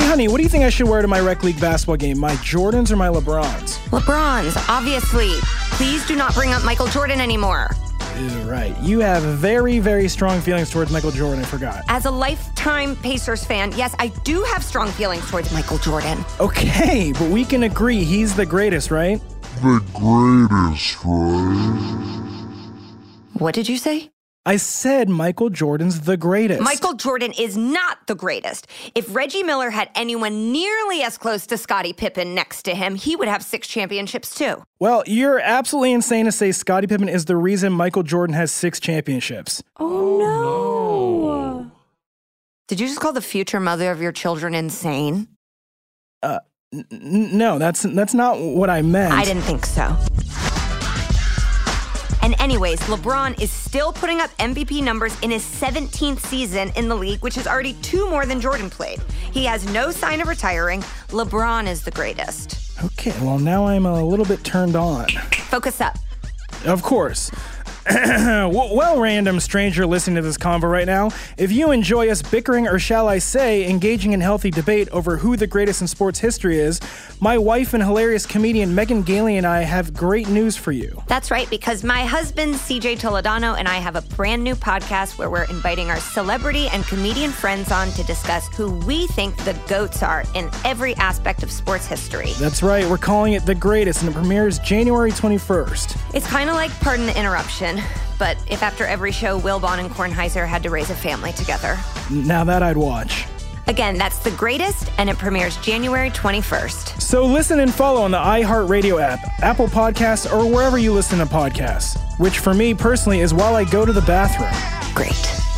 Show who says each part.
Speaker 1: honey, what do you think I should wear to my rec league basketball game? My Jordans or my LeBrons?
Speaker 2: LeBron's, obviously. Please do not bring up Michael Jordan anymore.
Speaker 1: You're right. You have very, very strong feelings towards Michael Jordan. I forgot.
Speaker 2: As a lifetime Pacers fan, yes, I do have strong feelings towards Michael Jordan.
Speaker 1: Okay, but we can agree he's the greatest, right?
Speaker 3: The greatest, right?
Speaker 2: What did you say?
Speaker 1: I said Michael Jordan's the greatest.
Speaker 2: Michael Jordan is not the greatest. If Reggie Miller had anyone nearly as close to Scottie Pippen next to him, he would have six championships too.
Speaker 1: Well, you're absolutely insane to say Scottie Pippen is the reason Michael Jordan has six championships.
Speaker 2: Did you just call the future mother of your children insane?
Speaker 1: N- no, that's that's not what I meant.
Speaker 2: I didn't think so. And, anyways, LeBron is still putting up MVP numbers in his 17th season in the league, which is already two more than Jordan played. He has no sign of retiring. LeBron is the greatest.
Speaker 1: Okay, well now I'm a little bit turned on.
Speaker 2: Focus up.
Speaker 1: Of course. W- well, random stranger listening to this convo right now, if you enjoy us bickering or shall I say engaging in healthy debate over who the greatest in sports history is, my wife and hilarious comedian Megan Gailey and I have great news for you.
Speaker 2: That's right, because my husband, CJ Toledano, and I have a brand new podcast where we're inviting our celebrity and comedian friends on to discuss who we think the GOATs are in every aspect of sports history.
Speaker 1: That's right, we're calling it The Greatest and it premieres January 21st.
Speaker 2: It's kind of like Pardon the Interruption, but if after every show, Wilbon and Kornheiser had to raise a family together.
Speaker 1: Now that I'd watch.
Speaker 2: Again, that's The Greatest, and it premieres January 21st.
Speaker 1: So listen and follow on the iHeartRadio app, Apple Podcasts, or wherever you listen to podcasts, which for me personally is while I go to the bathroom.
Speaker 2: Great.